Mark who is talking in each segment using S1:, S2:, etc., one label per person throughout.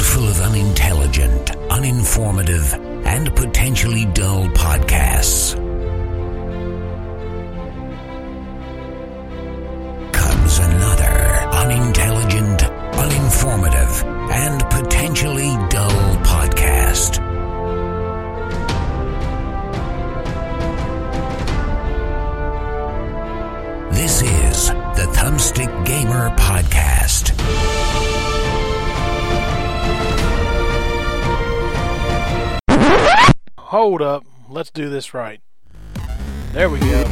S1: full of unintelligent, uninformative, and potentially dull podcasts comes another unintelligent, uninformative, and potentially dull podcast. This is the Thumbstick Gamer Podcast.
S2: Hold up. Let's do this right. There we go.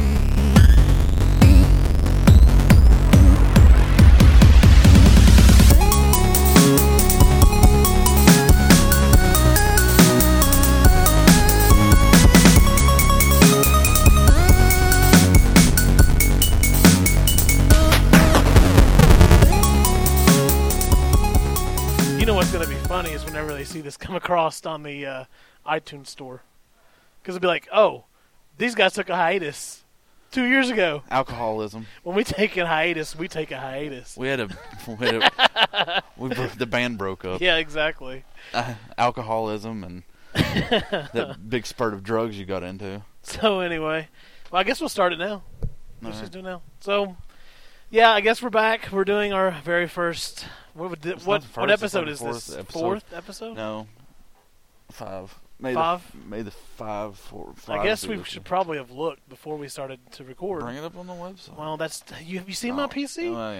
S2: You know what's going to be funny is whenever they see this come across on the uh, iTunes store. Because it'll be like, oh, these guys took a hiatus two years ago.
S3: alcoholism.
S2: When we take a hiatus, we take a hiatus.
S3: We had a, we, had a we bro- the band broke up.
S2: Yeah, exactly.
S3: Uh, alcoholism and that big spurt of drugs you got into.
S2: So anyway, well, I guess we'll start it now. Let's
S3: Alright.
S2: just do it now. So, yeah, I guess we're back. We're doing our very first. What would thi-
S3: not
S2: what
S3: the first,
S2: what
S3: it's
S2: episode
S3: not the
S2: is
S3: fourth
S2: this?
S3: episode.
S2: Fourth episode.
S3: No, five. May
S2: Five?
S3: The, May the five, four, five.
S2: I guess
S3: be
S2: we
S3: with
S2: should
S3: you.
S2: probably have looked before we started to record.
S3: bring it up on the website.
S2: Well, that's you. Have you seen my
S3: Oh,
S2: PC?
S3: well,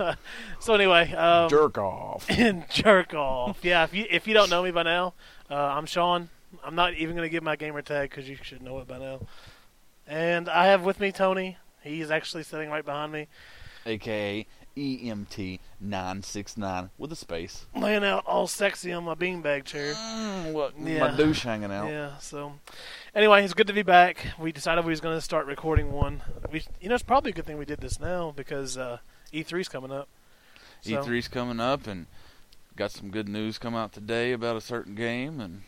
S3: yeah, sure.
S2: so anyway, um,
S3: Jerk off.
S2: and jerk off. Yeah, if you if you don't know me by now, uh, I'm Sean. I'm not even going to give my gamer tag because you should know it by now. And I have with me Tony. He's actually sitting right behind me,
S3: AKA EMT E nine six nine with a space.
S2: laying out all sexy on my beanbag chair.
S3: Mm, what?
S2: Yeah.
S3: My douche hanging out.
S2: Yeah. So, anyway, it's good to be back. We decided we was going to start recording one. We, you know, it's probably a good thing we did this now because uh, E3's coming up. So,
S3: E3's E coming up and got some good news come out today about a certain game and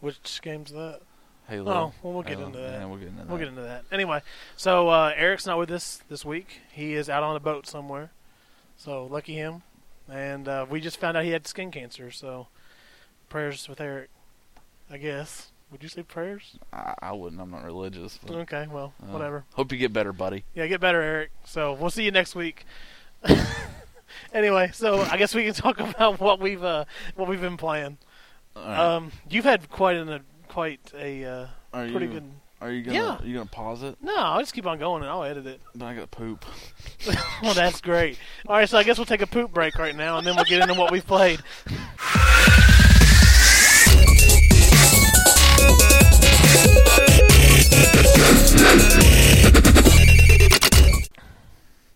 S2: Which game's that?
S3: Halo.
S2: Oh, well, we'll get
S3: Halo.
S2: into that.
S3: Yeah, we'll get into that.
S2: We'll get into that. Anyway, so uh, Eric's not with us this week. He is out on a boat somewhere. So lucky him. And uh, we just found out he had skin cancer. So prayers with Eric, I guess. Would you say prayers?
S3: I, I wouldn't. I'm not religious. But,
S2: Okay, well,
S3: uh,
S2: whatever.
S3: Hope you get better, buddy.
S2: Yeah, get better, Eric. So we'll see you next week. anyway, so I guess we can talk about what we've uh, what we've been playing.
S3: All right.
S2: Um, you've had quite an, a quite a uh,
S3: are you,
S2: pretty good.
S3: Are you gonna?
S2: Yeah.
S3: Are you gonna pause it?
S2: No, I'll just keep on going and I'll edit it.
S3: Then I got poop.
S2: well, that's great. All right, so I guess we'll take a poop break right now, and then we'll get into what we played.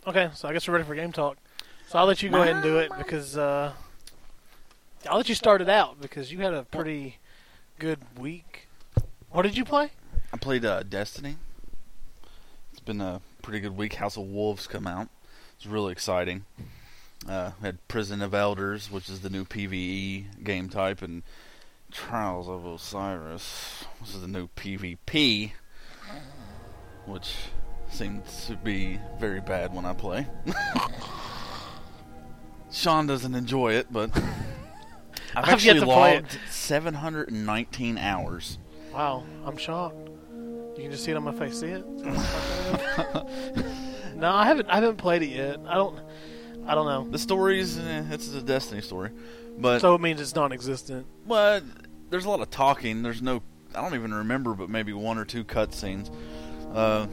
S2: Okay, so I guess we're ready for game talk. So I'll let you go ahead and do it because uh, I'll let you start it out because you had a pretty good week. What did you play?
S3: I played uh, Destiny. It's been a pretty good week. House of Wolves come out. It's really exciting. Uh, we had Prison of Elders, which is the new PVE game type, and Trials of Osiris, which is the new PvP, which seems to be very bad when I play. Sean doesn't enjoy it, but I've
S2: I've yet
S3: actually
S2: to play it.
S3: logged 719 hours.
S2: Wow, I'm shocked. You can just see it on my face. See it? no, I haven't. I haven't played it yet. I don't. I don't know.
S3: The story's eh, it's a Destiny story, but
S2: So it means it's non-existent.
S3: but there's a lot of talking. There's no I don't even remember, but maybe one or two cutscenes. Uh,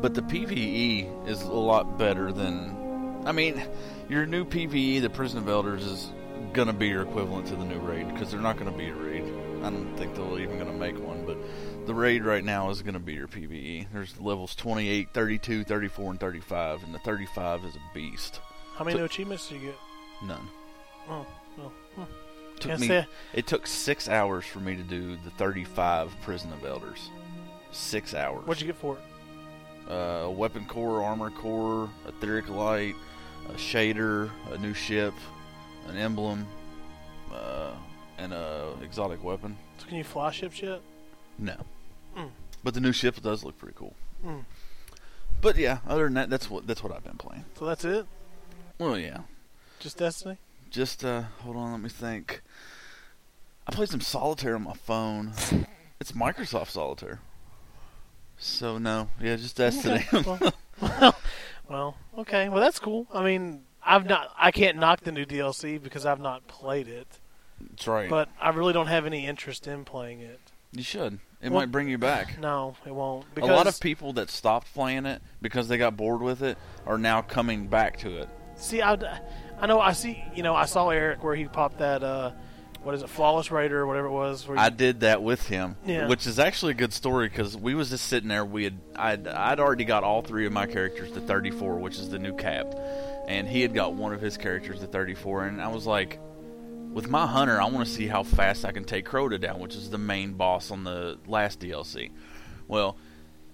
S3: but the PVE is a lot better than I mean, your new PVE, the Prison of Elders, is gonna be your equivalent to the new raid because they're not gonna be a raid. I don't think they're even gonna make one, but the raid right now is gonna be your PVE. There's levels 28, 32, 34, and 35, and the 35 is a beast.
S2: How many
S3: So-
S2: new achievements did you get?
S3: None.
S2: Oh, well, hmm.
S3: Took
S2: Can't
S3: me-
S2: say-
S3: It took six hours for me to do the 35 Prison of Elders. Six hours.
S2: What'd you get for it?
S3: Uh, a weapon core, armor core, etheric light, a shader, a new ship, an emblem, uh, and a exotic weapon.
S2: So can you fly ships yet?
S3: No.
S2: Mm.
S3: But the new ship does look pretty cool.
S2: Mm.
S3: But yeah, other than that, that's what that's what I've been playing.
S2: So that's it.
S3: Well, yeah.
S2: Just Destiny?
S3: Just uh, hold on, let me think. I played some solitaire on my phone. It's Microsoft Solitaire. So no, yeah, just Destiny.
S2: Okay, well, well, okay. Well, that's cool. I mean, I've not. I can't knock the new DLC because I've not played it,
S3: That's right.
S2: but I really don't have any interest in playing it.
S3: you should. It
S2: Well,
S3: might bring you back.
S2: No, it won't.
S3: A
S2: Because
S3: lot of people that stopped playing it because they got bored with it are now coming back to it.
S2: see, I, I know. I see. You know, I saw Eric where he popped that. Uh, what is it? Flawless Raider or whatever it was. Where you,
S3: I did that with him,
S2: Yeah.
S3: which is actually a good story because we was just sitting there. We had I'd, I'd already got all three of my characters to 34, which is the new cap, and he had got one of his characters to 34, and I was like, with my hunter, I want to see how fast I can take Crota down, which is the main boss on the last DLC. Well,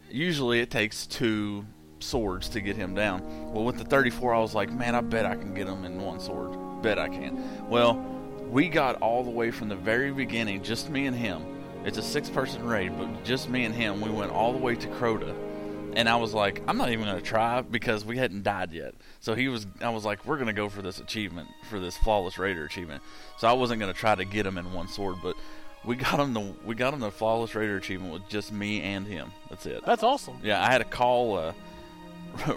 S3: usually it takes two swords to get him down. Well, with the 34, I was like, man, I bet I can get him in one sword. Bet I can. Well, we got all the way from the very beginning, just me and him. It's a six person raid, but just me and him, we went all the way to Crota. And I was like, I'm not even going to try because we hadn't died yet. So he was, I was like, we're going to go for this achievement, for this flawless raider achievement. So I wasn't going to try to get him in one sword, but we got him the, we got him the flawless raider achievement with just me and him. That's it.
S2: that's awesome.
S3: Yeah, I had a call. Uh,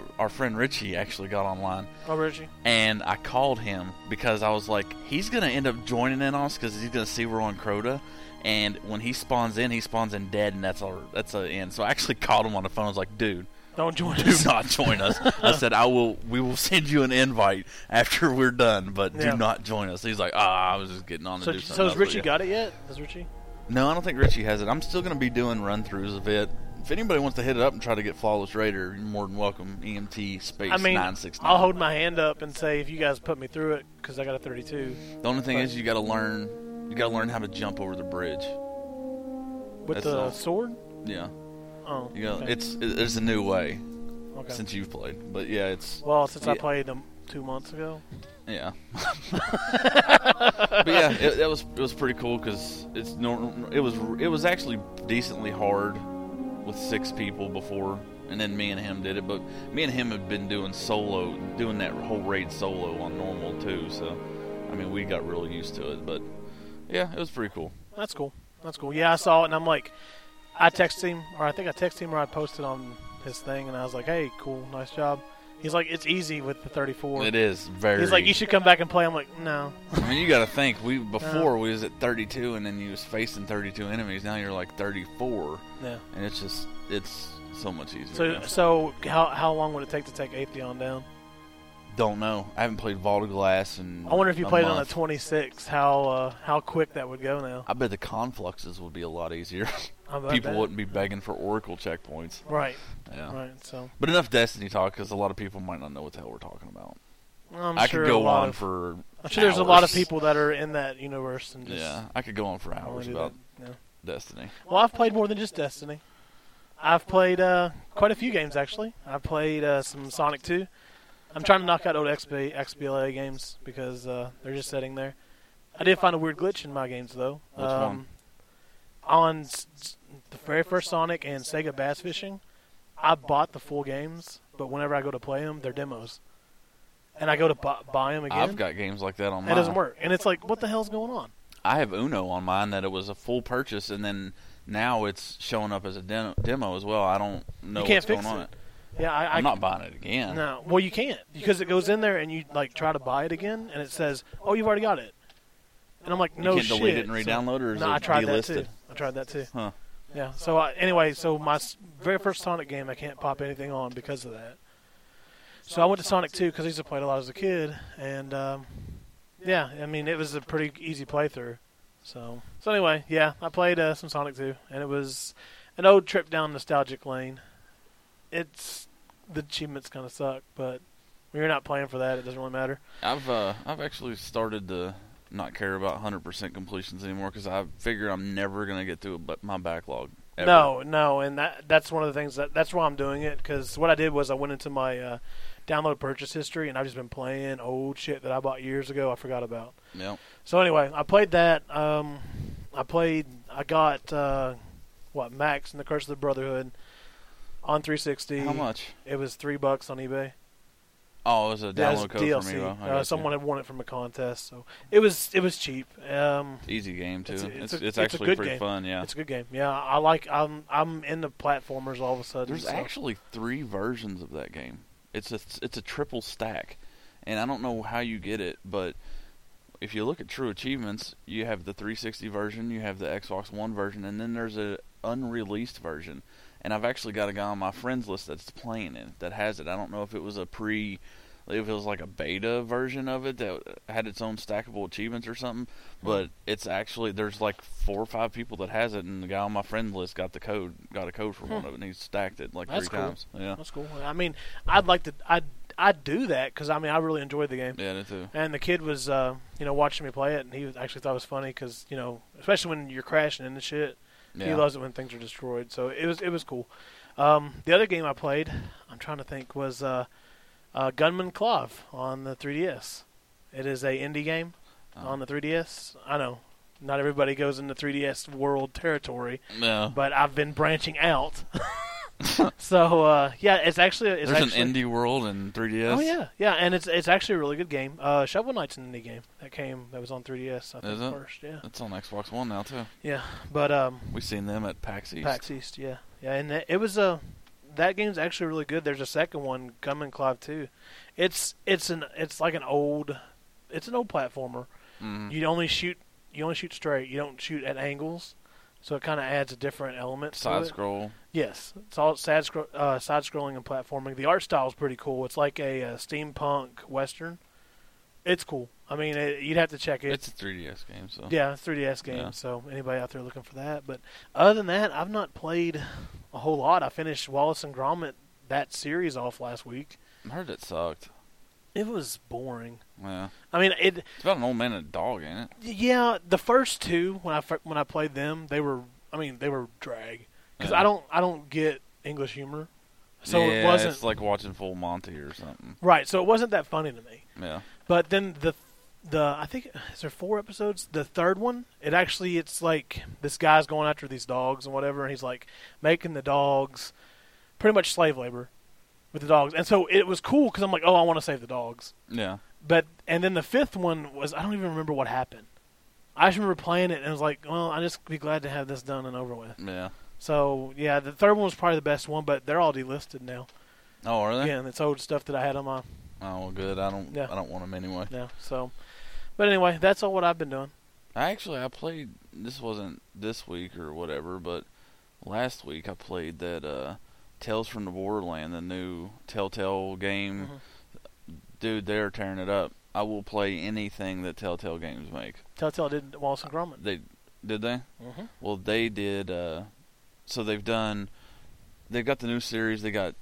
S3: our friend Richie actually got online,
S2: Oh, Richie.
S3: and I called him because I was like, he's gonna end up joining in us because he's gonna see we're on Crota, and when he spawns in, he spawns in dead, and that's our that's our end. So I actually called him on the phone. I was like, dude,
S2: Don't join
S3: do
S2: us.
S3: not join us. I said, I will. We will send you an invite after we're done, but
S2: Yeah.
S3: do not join us. He's like, ah, I was just getting on to
S2: So,
S3: do something.
S2: so has
S3: else, but
S2: Richie
S3: yeah.
S2: got it yet? Has Richie?
S3: No, I don't think Richie has it. I'm still going to be doing run throughs of it. If anybody wants to hit it up and try to get Flawless Raider, you're more than welcome. EMT space
S2: I mean,
S3: 969.
S2: I'll hold my hand up and say if you guys put me through it because I got a 32.
S3: the only thing is, you got to learn. You got to learn how to jump over the bridge.
S2: With
S3: That's
S2: the
S3: all.
S2: sword?
S3: Yeah,
S2: Oh.
S3: you got
S2: okay.
S3: it's it, there's a new way
S2: Okay.
S3: since you've played, but yeah, it's
S2: well, since I
S3: yeah.
S2: played them two months ago.
S3: yeah. but yeah, it, that was it was pretty cool because it's normal. It was it was actually decently hard with six people before, and then me and him did it. But me and him had been doing solo, doing that whole raid solo on normal too. So, I mean, we got real used to it. But yeah, it was pretty cool.
S2: That's cool. That's cool. Yeah, I saw it and I'm like, I texted him, or I think I texted him or I posted on his thing and I was like, hey, cool, nice job. He's like, it's easy with the 34.
S3: It is very.
S2: He's like, you Uh. should come back and play. I'm like, no.
S3: I mean, you got to think. We before we was at 32, and then you was facing 32 enemies. Now you're like 34,
S2: Yeah.
S3: and it's just it's so much easier.
S2: So,
S3: now.
S2: so how, how long would it take to take Atheon down?
S3: Don't know. I haven't played Vault of Glass and.
S2: I wonder if you played on
S3: month.
S2: a 26, how uh, how quick that would go now.
S3: I bet the confluxes would be a lot easier.
S2: I bet
S3: people
S2: that.
S3: wouldn't be begging for Oracle checkpoints.
S2: Right,
S3: Yeah.
S2: right. So
S3: But enough Destiny talk because a lot of people might not know what the hell we're talking about.
S2: I'm
S3: i
S2: sure
S3: could
S2: a
S3: go
S2: lot
S3: on
S2: of,
S3: for.
S2: I'm sure there's a lot of
S3: hours.
S2: people that are in that universe and just
S3: Yeah, I could go on for
S2: don't
S3: hours
S2: do
S3: about
S2: that. Yeah.
S3: Destiny.
S2: Well, I've played more than just Destiny. I've played uh, quite a few games actually. I played uh, some Sonic 2. I'm trying to knock out old XB, XBLA games because uh, they're just sitting there. I did find a weird glitch in my games though. Um,
S3: Which one?
S2: On s- s- the very first Sonic and Sega Bass Fishing, I bought the full games, but whenever I go to play them, they're demos. And I go to bu buy them again.
S3: I've got games like that on
S2: It
S3: mine.
S2: doesn't work. And it's like, what the hell's going on?
S3: I have Uno on mine that it was a full purchase, and then now it's showing up as a demo, demo as well. I don't know
S2: You can't
S3: what's going
S2: fix
S3: on.
S2: it. Yeah, I, I
S3: I'm not buying it again.
S2: no. Well, you can't because it goes in there and you like try to buy it again, and it says, "Oh, you've already got it." And I'm like,
S3: You
S2: "No
S3: can't
S2: shit."
S3: delete it and
S2: So-
S3: re-download, or is
S2: no,
S3: it
S2: I tried that
S3: delisted?
S2: too. I tried that too.
S3: Huh.
S2: Yeah. So uh, anyway, so my s- very first Sonic game, I can't pop anything on because of that. So I went to Sonic 2 because I used to play it a lot as a kid, and um, yeah, I mean it was a pretty easy playthrough. So so anyway, yeah, I played uh, some Sonic 2, and it was an old trip down nostalgic lane. It's the achievements kind of suck, but when you're not playing for that, it doesn't really matter.
S3: I've uh, I've actually started to not care about 100% completions anymore because I figure I'm never gonna get through but my backlog. Ever.
S2: No, no, and that that's one of the things that that's why I'm doing it because what I did was I went into my uh, download purchase history and I've just been playing old shit that I bought years ago. I forgot about.
S3: Yep.
S2: So anyway, I played that. Um, I played. I got uh, what Max and the Curse of the Brotherhood on 360.
S3: How much?
S2: It was three bucks on eBay.
S3: Oh, it was a
S2: Yeah, it was
S3: download code
S2: DLC.
S3: for me. Well, I
S2: uh,
S3: gotcha.
S2: someone had won it from a contest, so it was it was cheap. Um,
S3: Easy game too.
S2: It's
S3: It's
S2: a- it's
S3: it's,
S2: a- it's a
S3: actually
S2: good
S3: pretty
S2: game.
S3: fun. Yeah.
S2: It's a good game. Yeah, I like. I'm I'm into platformers all of a sudden.
S3: There's
S2: so-
S3: actually three versions of that game. It's a it's a triple stack, and I don't know how you get it, but if you look at True Achievements, you have the 360 version, you have the Xbox One version, and then there's a unreleased version. And I've actually got a guy on my friends list that's playing it that has it. I don't know if it was a pre, if it was like a beta version of it that had its own stackable achievements or something.
S2: Hmm.
S3: But it's actually there's like four or five people that has it, and the guy on my friends list got the code, got a code for one of it, and he stacked it like
S2: Hmm. That's
S3: three
S2: cool.
S3: times. Yeah,
S2: That's cool. I mean, I'd like to. I I do that because I mean I really enjoyed the game.
S3: yeah, me too.
S2: And the kid was, uh, you know, watching me play it, and he was- actually thought it was funny because, you know, especially when you're crashing and shit, he
S3: Yeah.
S2: loves it when things are destroyed. So it was it was cool. Um, the other game I played, I'm trying to think, was uh, uh, Gunman Clav on the 3DS. It is a indie game
S3: Oh.
S2: on the 3DS. I know not everybody goes into 3DS world territory,
S3: Yeah,
S2: but I've been branching out. so uh, yeah, it's actually it's
S3: there's
S2: actually,
S3: an indie world in 3ds.
S2: Oh yeah, yeah, and it's it's actually a really good game. Uh, Shovel Knight's an indie game that came that was on 3DS. I think
S3: Is it?
S2: first, yeah,
S3: That's on Xbox One now too.
S2: yeah. But um,
S3: We've seen them at PAX East.
S2: PAX East, yeah, yeah, and it, it was uh, that game's actually really good. There's a second one, Gunman Clive too. It's it's an it's like an old, it's an old platformer.
S3: Mhm.
S2: You only shoot you only shoot straight. You don't shoot at angles, so it kind of adds a different element.
S3: Side
S2: to it.
S3: scroll.
S2: Yes, it's all side scro- uh, side scrolling and platforming. The art style is pretty cool. It's like a, uh steampunk western. It's cool. I mean, it, you'd have to check it.
S3: It's a 3DS game, so
S2: yeah, it's a 3DS game.
S3: Yeah.
S2: So anybody out there looking for that? But other than that, I've not played a whole lot. I finished Wallace and Gromit that series off last week.
S3: I heard it sucked.
S2: It was boring.
S3: Yeah,
S2: I mean, it
S3: it's about an old man and a dog, ain't it?
S2: Yeah, the first two when I fir- when I played them, they were I mean they were drag because
S3: Yeah.
S2: I don't I don't get English humor, so
S3: yeah,
S2: it wasn't
S3: It's like watching Full Monty or something.
S2: right. So it wasn't that funny to me.
S3: Yeah,
S2: But then the the I think is there four episodes. The third one, it actually it's like this guy's going after these dogs and whatever, and he's like making the dogs pretty much slave labor with the dogs, and so it was cool because I'm like, oh, I want to save the dogs.
S3: yeah.
S2: But and then the fifth one was I don't even remember what happened. I just remember playing it and I was like, well, I just be glad to have this done and over with.
S3: Yeah.
S2: So yeah, the third one was probably the best one, but they're all delisted now.
S3: Oh, are they?
S2: Yeah, and it's old stuff that I had on my
S3: Oh, well, good. I don't.
S2: Yeah.
S3: I don't want them anyway.
S2: now. So, but anyway, that's all what I've been doing.
S3: I actually I played. This wasn't this week or whatever, but last week I played that uh, Tales from the Borderland, the new Telltale game.
S2: Mm-hmm.
S3: Dude, they're tearing it up. I will play anything that Telltale Games make.
S2: Telltale did Wallace and Gromit.
S3: They did they?
S2: Mm-hmm.
S3: Well, they did. Uh, so they've done. They've got the new series. They got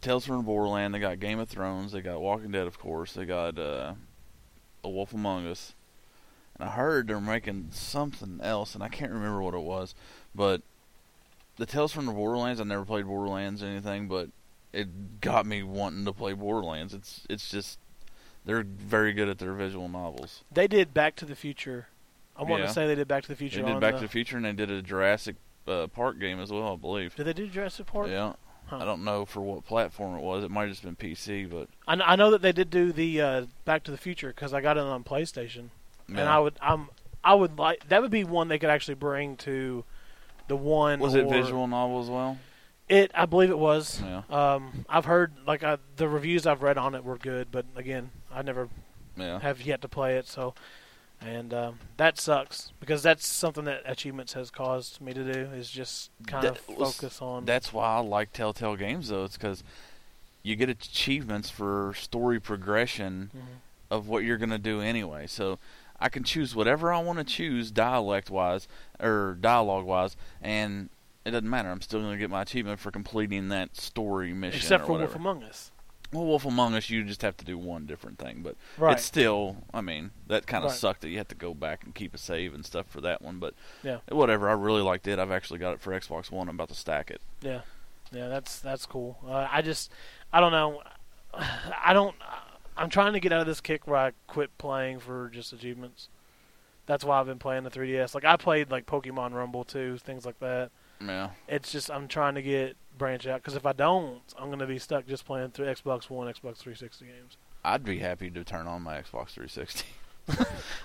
S3: Tales from Borderland. They got Game of Thrones. They got Walking Dead, of course. They got uh, A Wolf Among Us. And I heard they're making something else, and I can't remember what it was. But the Tales from the Borderlands. I never played Borderlands or anything, but it got me wanting to play Borderlands. It's it's just they're very good at their visual novels.
S2: They did Back to the Future. I want
S3: Yeah.
S2: to say they did Back to the Future.
S3: They did
S2: on
S3: Back
S2: the,
S3: to the Future, and they did a Jurassic uh, Park game as well, I believe.
S2: Did they do Jurassic Park?
S3: Yeah.
S2: Huh.
S3: I don't know for what platform it was. It might have just been PC, but
S2: I, kn- I know that they did do the uh, Back to the Future because I got it on PlayStation, and
S3: Yeah.
S2: I would I'm I would like that would be one they could actually bring to the one.
S3: was it
S2: or-
S3: visual novel as well?
S2: It I believe it was.
S3: Yeah.
S2: Um, I've heard like I, the reviews I've read on it were good, but again, I never
S3: Yeah.
S2: have yet to play it, so and um, that sucks because that's something that achievements has caused me to do is just kind of
S3: That was-
S2: focus on
S3: That's why I like Telltale games though. It's because you get achievements for story progression
S2: Mm-hmm.
S3: of what you're gonna do anyway. So I can choose whatever I want to choose dialect wise or dialogue wise, and it doesn't matter. I'm still gonna get my achievement for completing that story mission.
S2: except
S3: or
S2: for
S3: whatever.
S2: Wolf Among Us.
S3: Well, Wolf Among Us, you just have to do one different thing, but
S2: Right.
S3: it's still. I mean, that kind of
S2: Right.
S3: sucked that you had to go back and keep a save and stuff for that one. But
S2: Yeah.
S3: whatever, I really liked it. I've actually got it for Xbox One. I'm about to stack it.
S2: Yeah, yeah, that's that's cool. Uh, I just, I don't know, I don't. I'm trying to get out of this kick where I quit playing for just achievements. That's why I've been playing the 3DS. Like I played like Pokemon Rumble too, things like that.
S3: Yeah,
S2: It's just I'm trying to get branch out because if I don't, I'm going to be stuck just playing through Xbox One, Xbox 360 games.
S3: I'd be happy to turn on my Xbox 360.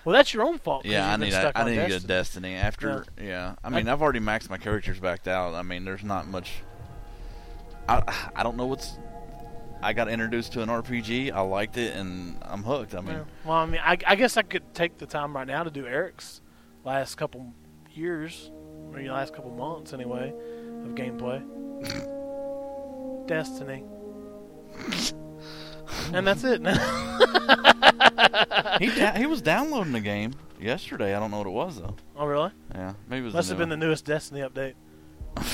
S2: Well, that's your own fault. 'cause
S3: Yeah, I
S2: you've been
S3: need I,
S2: stuck
S3: I
S2: on
S3: need to
S2: Destiny.
S3: get Destiny after. Yeah, I mean I, have already maxed my characters backed out. I mean there's not much. I I don't know what's. I got introduced to an RPG. I liked it and I'm hooked. I mean
S2: Yeah. Well, I mean, I, I guess I could take the time right now to do Eric's last couple years, or your last couple months anyway, of gameplay. Destiny. and that's it.
S3: he da- he was downloading the game yesterday. I don't know what it was though.
S2: oh, really?
S3: Yeah, maybe it was.
S2: Must have been the
S3: new
S2: newest Destiny update.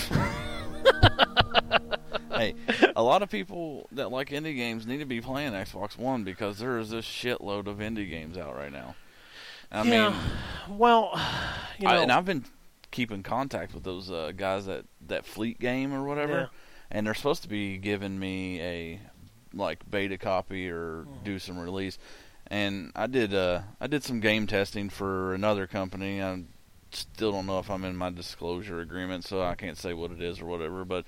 S3: one. Hey, a lot of people that like indie games need to be playing Xbox One because there is a shitload of indie games out right now. I
S2: Yeah.
S3: mean,
S2: Well, you know,
S3: I, and I've been keeping contact with those uh, guys that that Fleet game or whatever,
S2: Yeah.
S3: and they're supposed to be giving me a like beta copy or
S2: Mm-hmm.
S3: do some release. And I did uh I did some game testing for another company. I still don't know if I'm in my disclosure agreement, so I can't say what it is or whatever. But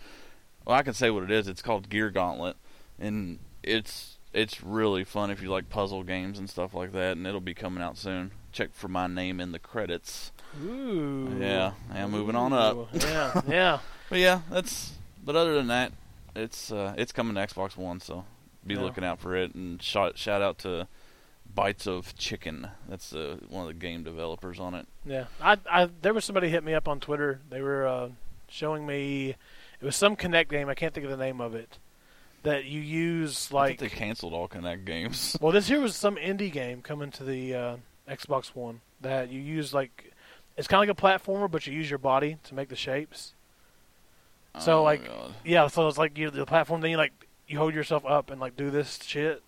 S3: well, I can say what it is. It's called Gear Gauntlet, and it's it's really fun if you like puzzle games and stuff like that. And it'll be coming out soon. Check for my name in the credits.
S2: ooh.
S3: Yeah, yeah, moving on up.
S2: Ooh, yeah, yeah.
S3: But yeah, that's. But other than that, it's uh, it's coming to Xbox One, so be
S2: Yeah.
S3: looking out for it. And shout shout out to Bites of Chicken. That's uh, one of the game developers on it.
S2: Yeah, I, I there was somebody hit me up on Twitter. They were uh, showing me it was some Connect game. I can't think of the name of it that you use
S3: I think
S2: like.
S3: they canceled all Connect games.
S2: Well, this here was some indie game coming to the uh, Xbox One that you use like it's kind of like a platformer, but you use your body to make the shapes. So,
S3: Oh,
S2: like-
S3: God.
S2: Yeah, so it's like you the platform. Then you like you hold yourself up and like do this shit,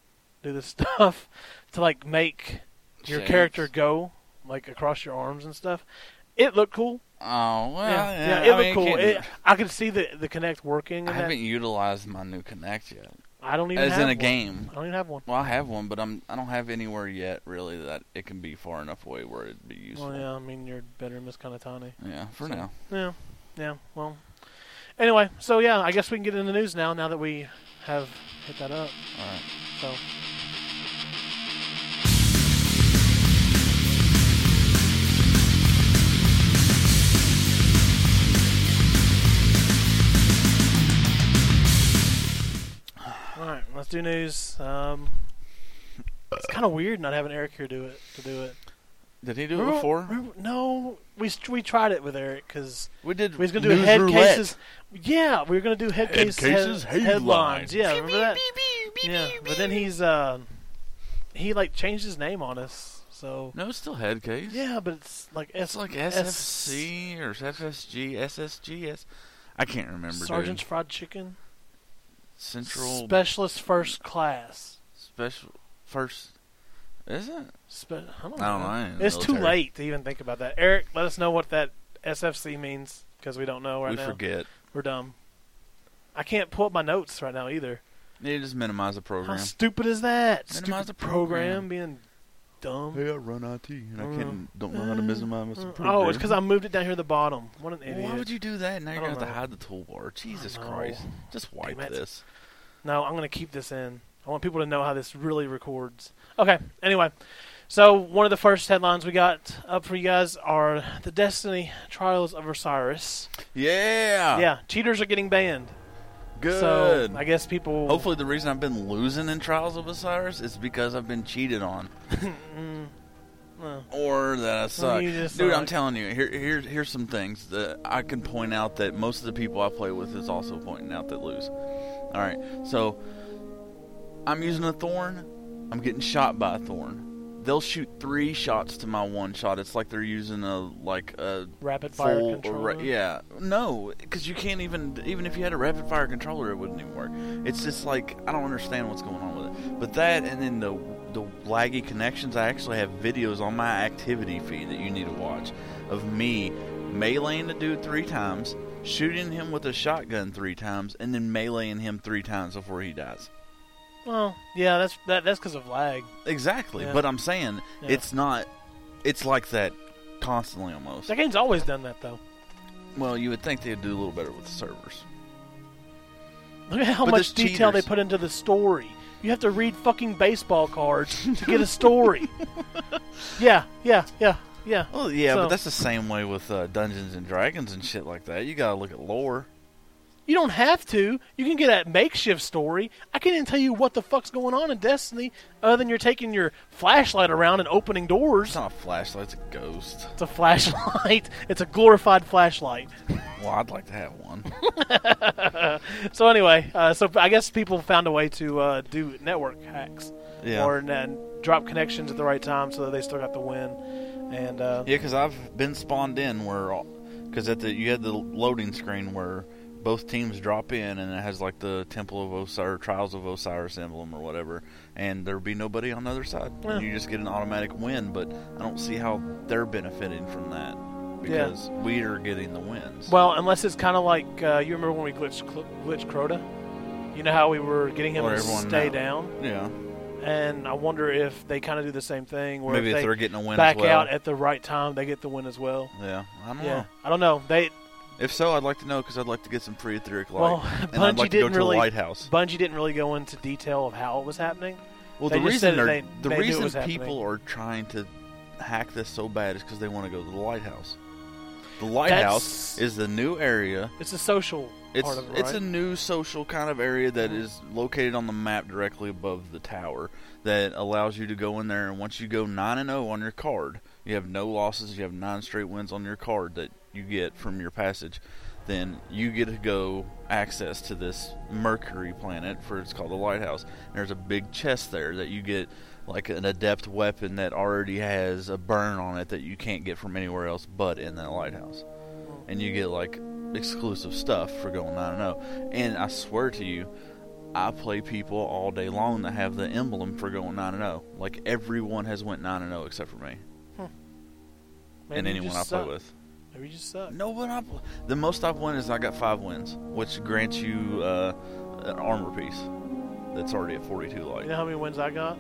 S2: do this stuff to like make your
S3: Shapes.
S2: character go like across your arms and stuff. It looked cool.
S3: Oh well,
S2: yeah,
S3: yeah,
S2: yeah,
S3: I
S2: it looked
S3: mean,
S2: cool.
S3: can't-
S2: It, I could see the the Connect working.
S3: I
S2: in that.
S3: haven't utilized my new Connect yet,
S2: I don't even
S3: as
S2: have
S3: in a
S2: one.
S3: game.
S2: I don't even have one.
S3: Well, I have one, but I'm I don't have anywhere yet really that it can be far enough away where it'd be useful.
S2: Well, yeah, I mean you're better, Miss Kanatani.
S3: yeah, for
S2: So-
S3: now.
S2: Yeah, yeah. Well, anyway, so yeah, I guess we can get in the news now. Now that we have hit that up,
S3: All right.
S2: so all right, let's do news. Um, it's kind of weird not having Eric here do it to do it.
S3: Did he do it
S2: Remember-
S3: before?
S2: remember- no, we s- we tried it with Eric because
S3: We did.
S2: we was gonna do
S3: news
S2: head
S3: roulette.
S2: cases. Yeah, we were gonna do head,
S3: Head
S2: case-
S3: cases,
S2: head-
S3: headlines.
S2: headlines. Yeah, remember that? yeah, but then he's uh, he like changed his name on us. So
S3: No, it's still head case.
S2: yeah, but it's like
S3: it's like SFC or FSG, SSGS. I can't remember.
S2: Sergeant's
S3: dude.
S2: Fried Chicken
S3: Central
S2: Specialist First Class.
S3: Special First. Is it?
S2: Spe- I don't know.
S3: I don't know, I ain't in the
S2: it's too
S3: military.
S2: late to even think about that. Eric, let us know what that SFC means because we don't know right
S3: we
S2: now.
S3: forget.
S2: We're dumb. I can't pull up my notes right now either.
S3: Need to just minimize the
S2: How
S3: program.
S2: stupid is that?
S3: Minimize
S2: stupid
S3: the program.
S2: program. being dumb.
S3: Hey, I run IT and I
S2: Uh,
S3: can't don't know how to minimize the program.
S2: Oh, it's because I moved it down here to the bottom. What an idiot!
S3: Why would you do that? Now
S2: I
S3: you're gonna
S2: don't
S3: have to
S2: know.
S3: hide the toolbar. Jesus
S2: know.
S3: Christ! Just wipe
S2: it.
S3: this.
S2: No, I'm going to keep this in. I want people to know how this really records. Okay, anyway. So, one of the first headlines we got up for you guys are the Destiny Trials of Osiris.
S3: Yeah.
S2: Yeah, cheaters are getting banned.
S3: Ah. Good.
S2: So, I guess people.
S3: Hopefully, the reason I've been losing in Trials of Osiris is because I've been cheated on,
S2: Well,
S3: or that I suck.
S2: you
S3: Dude,
S2: just
S3: I'm
S2: suck.
S3: telling you, here, here, here's some things that I can point out that most of the people I play with is also pointing out that lose. All right, so I'm using a thorn. I'm getting shot by a thorn. They'll shoot three shots to my one shot. It's like they're using a like a
S2: rapid fire
S3: full
S2: control.
S3: array- yeah, no, because you can't even even if you had a rapid fire controller, it wouldn't even work. It's just like I don't understand what's going on with it. But that and then the the laggy connections. I actually have videos on my activity feed that you need to watch of me meleeing the dude three times, shooting him with a shotgun three times, and then meleeing him three times before he dies.
S2: Well, yeah, that's that, that's because of lag.
S3: Exactly.
S2: Yeah.
S3: But I'm saying
S2: Yeah.
S3: it's not. It's like that constantly almost.
S2: That game's always done that, though.
S3: Well, you would think they'd do a little better with the servers.
S2: Look at how
S3: But
S2: much
S3: there's
S2: detail
S3: cheaters.
S2: they put into the story. You have to read fucking baseball cards to get a story. yeah, yeah, yeah, yeah.
S3: Well, yeah,
S2: So-
S3: but that's the same way with uh, Dungeons and Dragons and shit like that. You gotta look at lore.
S2: You don't have to. You can get a makeshift story. I can't even tell you what the fuck's going on in Destiny other than you're taking your flashlight around and opening
S3: It's
S2: doors.
S3: not a flashlight; it's a ghost.
S2: It's a flashlight. It's a glorified flashlight.
S3: Well, I'd like to have one.
S2: So anyway, uh, so I guess people found a way to uh, do network hacks
S3: Yeah.
S2: or and drop connections at the right time so that they still got the win. And uh,
S3: Yeah, because I've been spawned in where, because at the you had the loading screen where both teams drop in and it has like the Temple of Osiris, Trials of Osiris emblem or whatever, and there'd be nobody on the other side.
S2: Yeah.
S3: And you just get an automatic win, but I don't see how they're benefiting from that because we are getting the wins.
S2: well, unless it's kind of like uh, you remember when we glitched Cl- glitched Crota. You know how we were getting him
S3: Or
S2: to
S3: everyone
S2: stay
S3: now.
S2: down,
S3: yeah,
S2: and I wonder if they kind of do the same thing where
S3: maybe
S2: if they
S3: if they're getting a win
S2: back
S3: as well. Mm.
S2: out at the right time, they get the win as well.
S3: yeah, I
S2: Yeah,
S3: don't know.
S2: I don't know. They
S3: If so, I'd like to know because I'd like to get some free etheric light,
S2: Well,
S3: and I'd
S2: Bungie
S3: like to go
S2: didn't
S3: to
S2: really-
S3: the lighthouse.
S2: Bungie didn't really go into detail of how it was happening.
S3: Well,
S2: They
S3: the
S2: just said
S3: reason
S2: that
S3: they're,
S2: they-
S3: the
S2: they knew it
S3: reason
S2: was happening.
S3: people are trying to hack this so bad is because they want to go to the lighthouse. The lighthouse
S2: That's-
S3: is the new area.
S2: It's a social
S3: It's
S2: part of it,
S3: it's a
S2: right? Mm-hmm.
S3: new social kind of area that is located on the map directly above the tower that allows you to go in there and once you go nine and zero on your card, you have no losses, you have nine straight wins on your card that you get from your passage. Then you get to go access to this Mercury planet for it's called the Lighthouse. There's a big chest there that you get like an adept weapon that already has a burn on it that you can't get from anywhere else but in that lighthouse and you get like exclusive stuff for going 9 0. And I swear to you, I play people all day long that have the emblem for going 9 0. Like everyone has went 9 0 except for me
S2: Maybe
S3: and
S2: you
S3: anyone I
S2: just
S3: play
S2: suck.
S3: with.
S2: Maybe you just suck.
S3: No, but I pl- the most I've won is I got five wins, which grants you uh, an armor piece that's already at 42
S2: You
S3: light.
S2: know how many wins I got?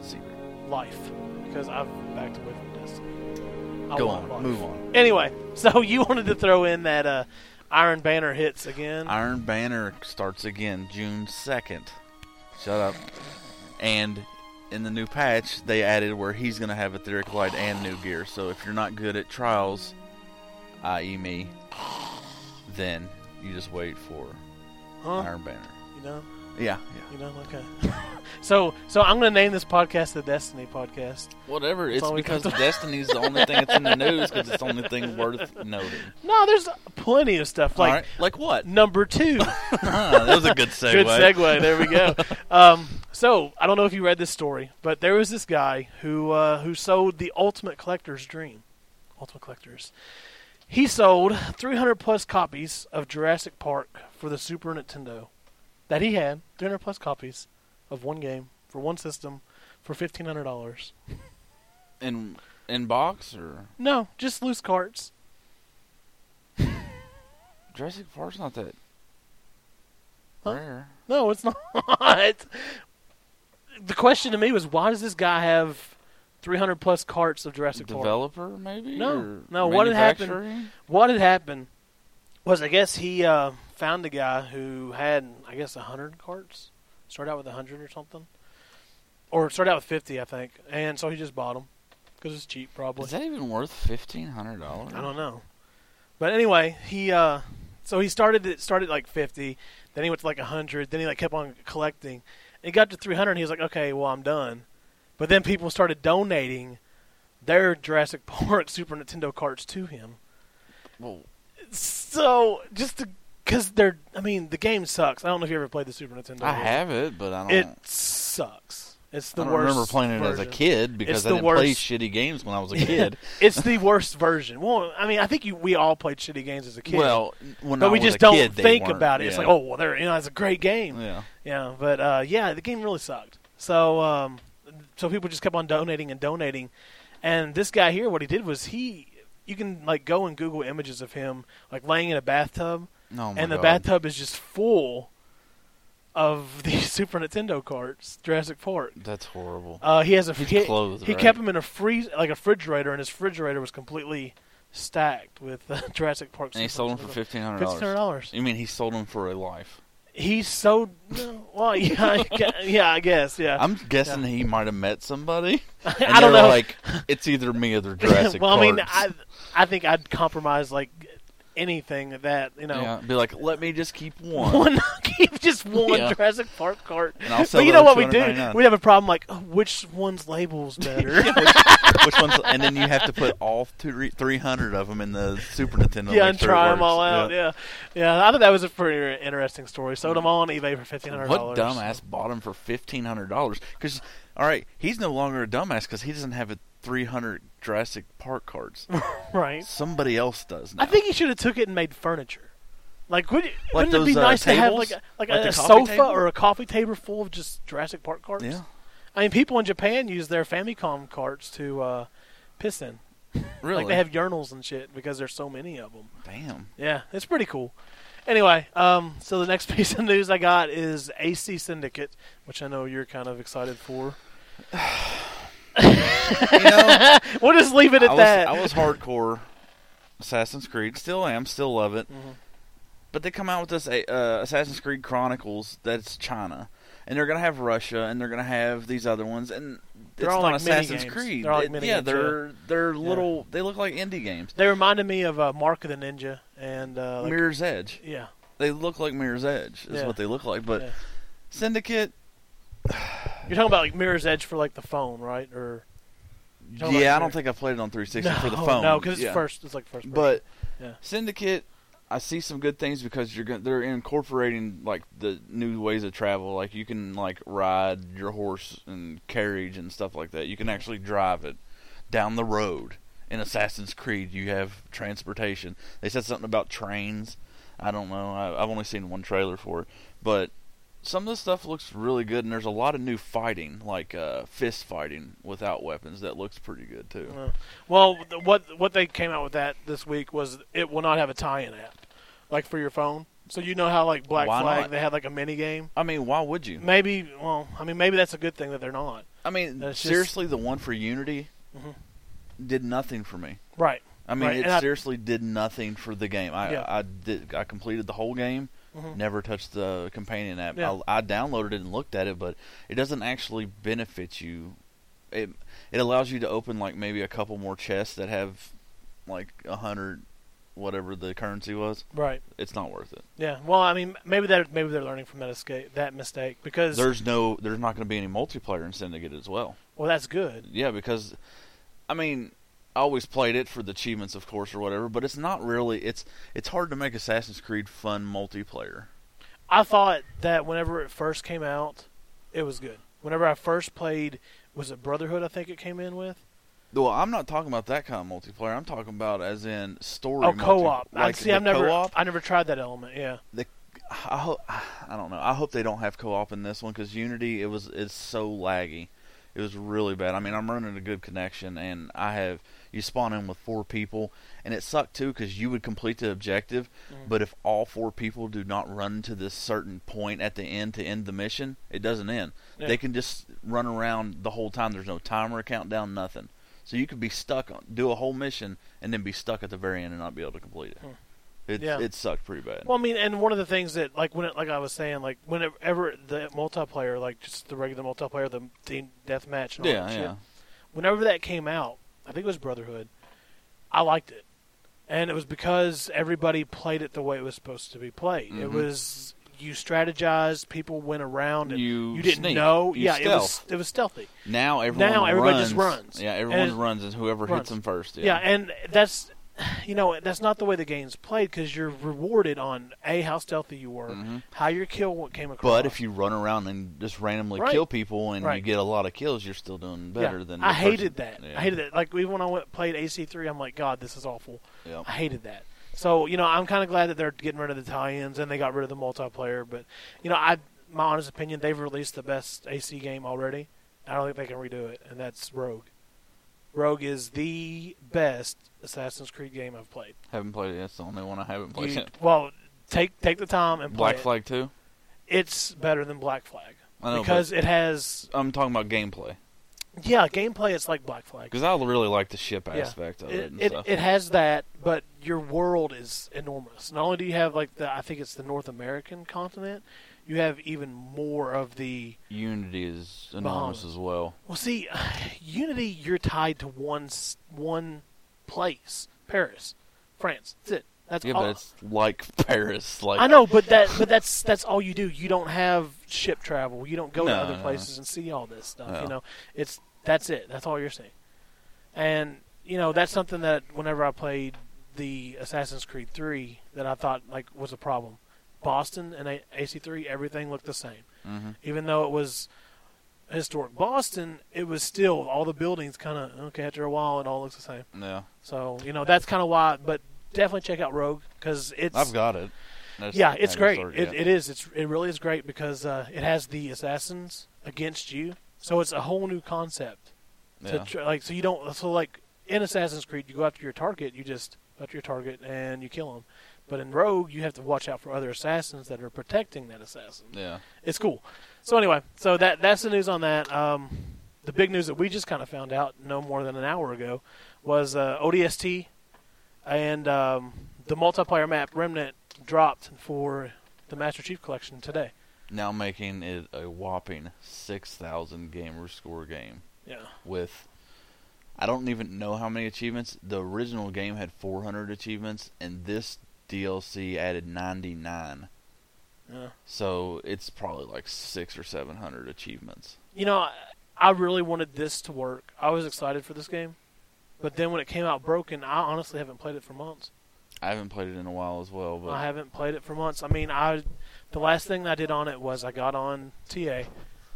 S3: Secret.
S2: Life, because I've backed away from Destiny. I
S3: Go
S2: want
S3: on,
S2: life.
S3: move on.
S2: Anyway, so you wanted to throw in that uh, Iron Banner hits again.
S3: Iron Banner starts again June 2nd. Shut up. And in the new patch, they added where he's going to have etheric light and new gear. So if you're not good at trials, i.e., me, then you just wait for
S2: huh?
S3: Iron Banner.
S2: You know,
S3: Yeah,
S2: you know. Okay. so, so I'm gonna name this podcast the Destiny Podcast.
S3: Whatever.
S2: That's
S3: It's
S2: all we
S3: because
S2: got.
S3: Destiny's the only thing that's in the news because it's the only thing worth noting.
S2: No, there's plenty of stuff
S3: Like,
S2: like
S3: All right. Like what?
S2: number two.
S3: that was a good segue.
S2: Good segue. There we go. um, so I don't know if you read this story, but there was this guy who uh, who sold the ultimate collector's dream. Ultimate collectors. He sold 300 plus copies of Jurassic Park for the Super Nintendo that he had. 300 plus copies of one game for one system for $1,500.
S3: In, in box or?
S2: No, just loose carts.
S3: Jurassic Park's not that
S2: Huh?
S3: rare.
S2: No, it's not. the question to me was why does this guy have 300 plus carts of Jurassic Park?
S3: Developer, maybe?
S2: No.
S3: or
S2: No, what had happened-
S3: manufacturing?
S2: What had happened was, I guess he uh, found a guy who had, I guess, hundred carts. Started out with hundred or something, or started out with fifty, I think. And so he just bought them because it's cheap, probably.
S3: Is that even worth fifteen hundred dollars?
S2: I don't know. But anyway, he uh, so he started it started at, like fifty, then he went to like hundred, then he like kept on collecting. And he got to three hundred, and he was like, okay, well I'm done. But then people started donating their Jurassic Park Super Nintendo carts to him.
S3: Well,
S2: So just because they're, I mean, the game sucks. I don't know if you ever played the Super Nintendo.
S3: I
S2: game.
S3: have it, but I don't.
S2: It sucks. It's the
S3: I don't
S2: worst.
S3: remember playing it as a
S2: version.
S3: kid because
S2: It's
S3: I
S2: the
S3: didn't play
S2: worst.
S3: shitty games when I was a kid.
S2: It's the worst version. Well, I mean, I think you, we all played shitty games as a kid.
S3: Well, when
S2: but
S3: I
S2: we
S3: was
S2: just
S3: a
S2: don't
S3: kid, they
S2: think
S3: weren't.
S2: about it. It's
S3: Yeah.
S2: like, oh, well, there, you know, it's a great game.
S3: yeah.
S2: Yeah, but uh, yeah, the game really sucked. So, um, so people just kept on donating and donating, and this guy here, what he did was he, you can like go and Google images of him like laying in a bathtub,
S3: No, Oh my
S2: and the
S3: God.
S2: bathtub is just full of the Super Nintendo carts, Jurassic Park.
S3: That's horrible.
S2: Uh, he has a
S3: He's
S2: he,
S3: clothed,
S2: he
S3: right?
S2: kept him in a freeze like a refrigerator, and his refrigerator was completely stacked with uh, Jurassic Park.
S3: and he
S2: Super
S3: sold them
S2: Nintendo.
S3: for fifteen hundred
S2: $1,500.
S3: You mean he sold them for a life?
S2: He's so well. Yeah, I gue- yeah. I guess. Uh, Yeah.
S3: I'm guessing he might have met somebody. And
S2: I don't
S3: they were
S2: know.
S3: Like it's either me or the Jurassic
S2: well, I mean,
S3: Parks.
S2: I I think I'd compromise like anything at that you know.
S3: yeah, be like, let me just keep one.
S2: One, keep just one
S3: Yeah.
S2: Jurassic Park cart.
S3: And I'll sell
S2: But you
S3: the
S2: know
S3: other
S2: what we do?
S3: 299.
S2: We'd have a problem like oh, which one's labels better.
S3: which, which ones? And then you have to put all three hundred of them in the Super Nintendo.
S2: yeah,
S3: to
S2: and
S3: make sure it
S2: try them
S3: works.
S2: all out. Yeah. yeah, I thought that was a pretty interesting story. Sold them all on eBay for fifteen hundred
S3: What
S2: dollars.
S3: dumbass bought him for fifteen hundred dollars? Because all right, he's no longer a dumbass because he doesn't have a three hundred Jurassic Park cards.
S2: Right.
S3: Somebody else does. Now.
S2: I think he should have took it and made furniture. Like, would, wouldn't
S3: those,
S2: it be
S3: uh,
S2: nice to have
S3: tables?
S2: like a, like
S3: Like
S2: a,
S3: the coffee
S2: sofa
S3: table?
S2: or a coffee table full of just Jurassic Park carts?
S3: Yeah.
S2: I mean, people in Japan use their Famicom carts to uh, piss in.
S3: Really?
S2: Like they have urinals and shit because there's so many of them.
S3: Damn.
S2: Yeah, it's pretty cool. Anyway, um, so the next piece of news I got is AC Syndicate, which I know you're kind of excited for.
S3: You know,
S2: We'll just leave it
S3: I
S2: at
S3: was
S2: that.
S3: I was hardcore Assassin's Creed. Still am. Still love it.
S2: Mm-hmm.
S3: But they come out with this uh, Assassin's Creed Chronicles that's China, and they're gonna have Russia, and they're gonna have these other ones, and
S2: They're
S3: it's
S2: all
S3: not
S2: like mini
S3: Assassin's
S2: games.
S3: Creed.
S2: They're all like
S3: It-
S2: mini
S3: yeah,
S2: games,
S3: they're they're little. They look like indie games.
S2: They reminded me of uh, Mark of the Ninja and uh, like-
S3: Mirror's Edge.
S2: yeah,
S3: They look like Mirror's Edge is
S2: Yeah.
S3: what they look like, but
S2: Yeah.
S3: Syndicate.
S2: You're talking about like Mirror's Edge for like the phone, right? Or
S3: Yeah,
S2: Don't like
S3: I don't
S2: Mirror-
S3: think I played it on 360 for the
S2: No,
S3: phone.
S2: No, because it's
S3: Yeah.
S2: first. It's like first. person.
S3: But
S2: Yeah.
S3: Syndicate, I see some good things because you're going they're incorporating like the new ways of travel. Like you can like ride your horse and carriage and stuff like that. You can actually drive it down the road. In Assassin's Creed, you have transportation. They said something about trains. I don't know. I, I've only seen one trailer for it, but some of the stuff looks really good, and there's a lot of new fighting, like uh, fist fighting without weapons, that looks pretty good too.
S2: Uh, well, th- what what they came out with that this week was it will not have a tie-in app, like for your phone. So you know how like Black
S3: Why
S2: Flag
S3: not?
S2: they had like a mini game.
S3: I mean, why would you?
S2: Maybe well, I mean maybe that's a good thing that they're not.
S3: I mean,
S2: That's just-
S3: seriously, the one for Unity did nothing for me.
S2: Right.
S3: I mean,
S2: Right,
S3: it
S2: and I-
S3: seriously did nothing for the game. I
S2: Yeah. Mm-hmm.
S3: I did I completed the whole game, never touched the companion app.
S2: Yeah.
S3: I, I downloaded it and looked at it, but it doesn't actually benefit you. It it allows you to open like maybe a couple more chests that have like a hundred whatever the currency was.
S2: Right.
S3: It's not worth it.
S2: Yeah. Well, I mean maybe they're maybe they're learning from that escape that mistake because
S3: There's no there's not going to be any multiplayer in Syndicate as well.
S2: well that's good.
S3: Yeah, because I mean, I always played it for the achievements, of course, or whatever. But it's not really. It's it's hard to make Assassin's Creed fun multiplayer.
S2: I thought that whenever it first came out, it was good. Whenever I first played, was it Brotherhood? I think it came in with.
S3: Well, I'm not talking about that kind of multiplayer. I'm talking about as in story.
S2: Oh,
S3: multi-
S2: co-op. I
S3: like
S2: see.
S3: the
S2: I've never,
S3: co-op.
S2: I never tried that element. Yeah.
S3: The, I hope. I don't know. I hope they don't have co-op in this one because Unity it was it's so laggy. It was really bad. I mean, I'm running a good connection, and I have you spawn in with four people, and it sucked too because you would complete the objective,
S2: Mm-hmm.
S3: but if all four people do not run to this certain point at the end to end the mission, it doesn't end.
S2: Yeah.
S3: They can just run around the whole time. There's no timer, countdown, nothing. So you could be stuck, on, do a whole mission, and then be stuck at the very end and not be able to complete it. It
S2: Hmm. Yeah.
S3: it sucked pretty bad.
S2: Well, I mean, and one of the things that, like, when it, like I was saying, like, whenever the multiplayer, like, just the regular multiplayer, the team deathmatch, and all
S3: yeah,
S2: that
S3: yeah.
S2: shit, whenever that came out, I think it was Brotherhood. I liked it, and it was because everybody played it the way it was supposed to be played.
S3: Mm-hmm.
S2: It was you strategized, people went around, and
S3: You
S2: didn't
S3: sneak,
S2: know.
S3: you
S2: yeah, it was
S3: stealth.
S2: it was stealthy.
S3: Now everyone
S2: Now everybody
S3: runs.
S2: just runs.
S3: Yeah,
S2: And
S3: everyone
S2: it-
S3: runs, and whoever
S2: runs.
S3: hits them first.
S2: Yeah,
S3: Yeah.
S2: and that's you know that's not the way the game's played because you're rewarded on a how stealthy you were, how your kill came across.
S3: Mm-hmm. but if you run around and just randomly
S2: Right.
S3: kill people and you
S2: Right.
S3: get a lot of kills, you're still doing
S2: Yeah.
S3: better than.
S2: I
S3: the person-
S2: hated that.
S3: Yeah.
S2: I hated that. Like even when I went, played AC3, I'm like, God, this is awful.
S3: Yeah.
S2: I hated that. So you know, I'm kind of glad that they're getting rid of the tie-ins and they got rid of the multiplayer. But you know, I my honest opinion, they've released the best AC game already. I don't think they can redo it, and that's Rogue. Rogue is the best Assassin's Creed game I've played.
S3: Haven't played it. That's the only one I haven't played.
S2: You, well, take take the time and play
S3: Black
S2: it.
S3: Flag Two.
S2: It's better than Black Flag
S3: I know,
S2: because it has
S3: I'm talking about gameplay.
S2: Yeah, gameplay it's like Black Flag.
S3: Because I really like the ship
S2: Yeah.
S3: aspect of it.
S2: It,
S3: and
S2: it,
S3: stuff.
S2: it has that, but your world is enormous. Not only do you have like the, I think it's the North American continent, you have even more of the.
S3: Unity is enormous
S2: Bahamas.
S3: as well.
S2: Well, see, Unity, you're tied to one s- one place, Paris, France. That's it. That's
S3: Yeah,
S2: all.
S3: but it's like Paris. Like
S2: I know, but that but that's that's all you do. You don't have ship travel. You don't go to
S3: No,
S2: other
S3: no.
S2: places and see all this stuff.
S3: No.
S2: You know, it's that's it. That's all you're seeing. And you know, that's something that whenever I played the Assassin's Creed 3 that I thought like was a problem. Boston and A- AC3, everything looked the same.
S3: Mhm.
S2: Even though it was historic Boston, it was still all the buildings kind of okay after a while it all looks the same.
S3: Yeah,
S2: So, you know, that's kind of why but definitely check out Rogue cuz it's
S3: I've got it. That's-
S2: yeah, it's
S3: I just
S2: great.
S3: ordered
S2: It, it is. It's it really is great because uh, it has the assassins against you, so it's a whole new concept.
S3: yeah.
S2: To tr- like, so you don't. So like in Assassin's Creed, you go after your target. You just go after your target and you kill him. But in Rogue, you have to watch out for other assassins that are protecting that assassin.
S3: yeah.
S2: It's cool. So anyway, so that that's the news on that. Um, the big news that we just kind of found out no more than an hour ago was uh, ODST and um, the multiplayer map Remnant dropped for the Master Chief Collection today.
S3: Now making it a whopping six thousand gamer score game
S2: Yeah,
S3: with. I don't even know how many achievements. The original game had 400 achievements, and this DLC added 99.
S2: yeah.
S3: So it's probably like six or 700 achievements.
S2: You know, I, I really wanted this to work. I was excited for this game, but then when it came out broken, I honestly haven't played it for months.
S3: I haven't played it in a while as well, but
S2: I haven't played it for months. I mean, I the last thing I did on it was I got on TA.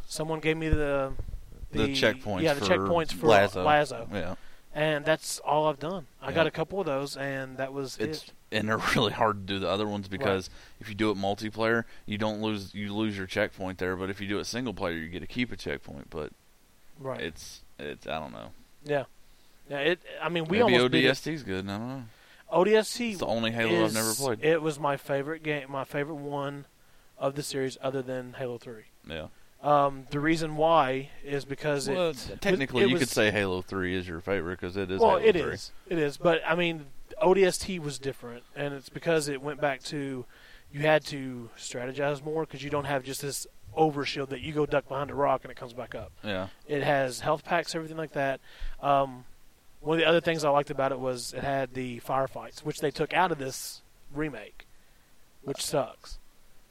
S2: Someone gave me the
S3: the, checkpoints.
S2: Yeah, the
S3: for
S2: checkpoints for
S3: Lazo.
S2: Lazo.
S3: Yeah,
S2: and that's all I've done. I
S3: Yeah.
S2: got a couple of those, and that was
S3: it's
S2: it.
S3: and they're really hard to do the other ones because if you do it multiplayer, you don't lose you lose your checkpoint there. But if you do it single player, you get to keep a checkpoint. But
S2: Right?
S3: it's it's I don't know.
S2: yeah, yeah. It. I mean, we
S3: Maybe
S2: almost beat it.
S3: ODST's good. I don't know.
S2: ODST.
S3: It's the only Halo I've
S2: is-
S3: never played.
S2: It was my favorite game, my favorite one of the series, other than Halo Three.
S3: yeah.
S2: Um, the reason why is because
S3: Well,
S2: it
S3: technically,
S2: it
S3: you
S2: was-
S3: could say Halo Three is your favorite because it is.
S2: well,
S3: Halo
S2: it
S3: 3.
S2: is. It is. But I mean, ODST was different, and it's because it went back to you had to strategize more because you don't have just this overshield that you go duck behind a rock and it comes back up.
S3: Yeah.
S2: It has health packs, everything like that. Um, one of the other things I liked about it was it had the firefights, which they took out of this remake, which sucks.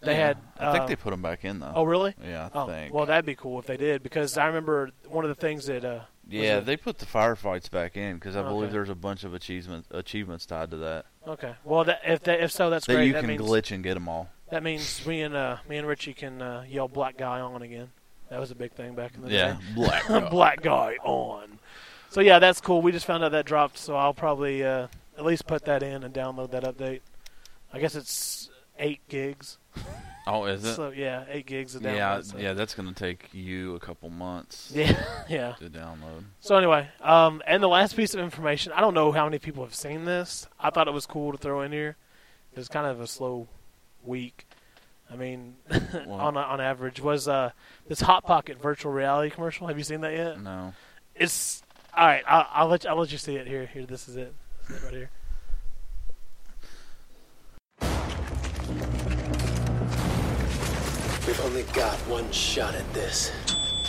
S2: They
S3: Yeah.
S2: had.
S3: I think
S2: uh,
S3: they put them back in though.
S2: Oh really?
S3: yeah, I
S2: Oh,
S3: think.
S2: well, that'd be cool if they did because I remember one of the things that. Uh, was
S3: yeah,
S2: it-
S3: they put the firefights back in because I believe
S2: Okay.
S3: there's a bunch of achievements achievements tied to that.
S2: Okay. Well, that, if that, if so, that's
S3: that
S2: great.
S3: you
S2: that
S3: can
S2: means,
S3: glitch and get them all.
S2: That means me and uh, me and Richie can uh, yell "black guy on" again. That was a big thing back in the
S3: Yeah, black.
S2: day. black guy on. So yeah, that's cool. We just found out that dropped, so I'll probably uh, at least put that in and download that update. I guess it's eight gigs.
S3: Oh, is it?
S2: So yeah, eight gigs of download.
S3: yeah,
S2: so-
S3: yeah. That's gonna take you a couple months
S2: yeah, yeah.
S3: to download.
S2: So anyway, um, and the last piece of information, I don't know how many people have seen this. I thought it was cool to throw in here. It was kind of a slow week. I mean, on on average, was uh, this Hot Pocket virtual reality commercial? Have you seen that yet?
S3: No.
S2: It's all right. I'll, I'll let you, I'll let you see it here. Here, this is it. This is it right here.
S4: We've only got one shot at this.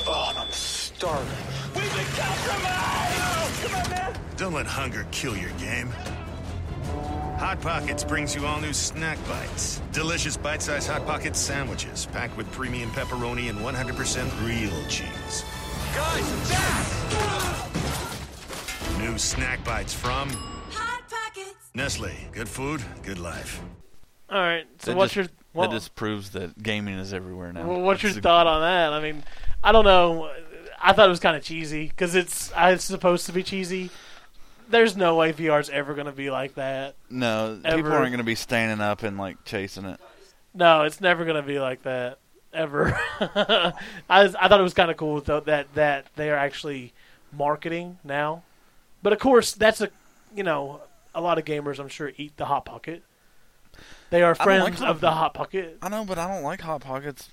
S5: Oh, and I'm starving. We've been compromised! Come on, man!
S6: Don't let hunger kill your game. Hot Pockets brings you all new snack bites. Delicious bite sized Hot Pocket sandwiches packed with premium pepperoni and 100% real cheese.
S5: Guys, I'm back!
S6: New snack bites from
S7: Hot Pockets.
S6: Nestle. Good food, good life.
S2: All right. So
S3: That
S2: what's
S3: just-
S2: your well,
S3: that just proves that gaming is everywhere now.
S2: well, what's your
S3: It's a-
S2: thought on that? I mean, I don't know. I thought it was kind of cheesy because it's uh, it's supposed to be cheesy. There's no way VR's ever going to be like that.
S3: No, people
S2: Ever.
S3: aren't gonna be standing up and like chasing it.
S2: No, it's never gonna be like that ever. I was- I thought it was kind of cool though that that they are actually marketing now, but of course that's a you know a lot of gamers I'm sure eat the hot pocket. They are
S3: don't like
S2: friends
S3: Hot
S2: of the hot pocket.
S3: I know, but I don't like hot pockets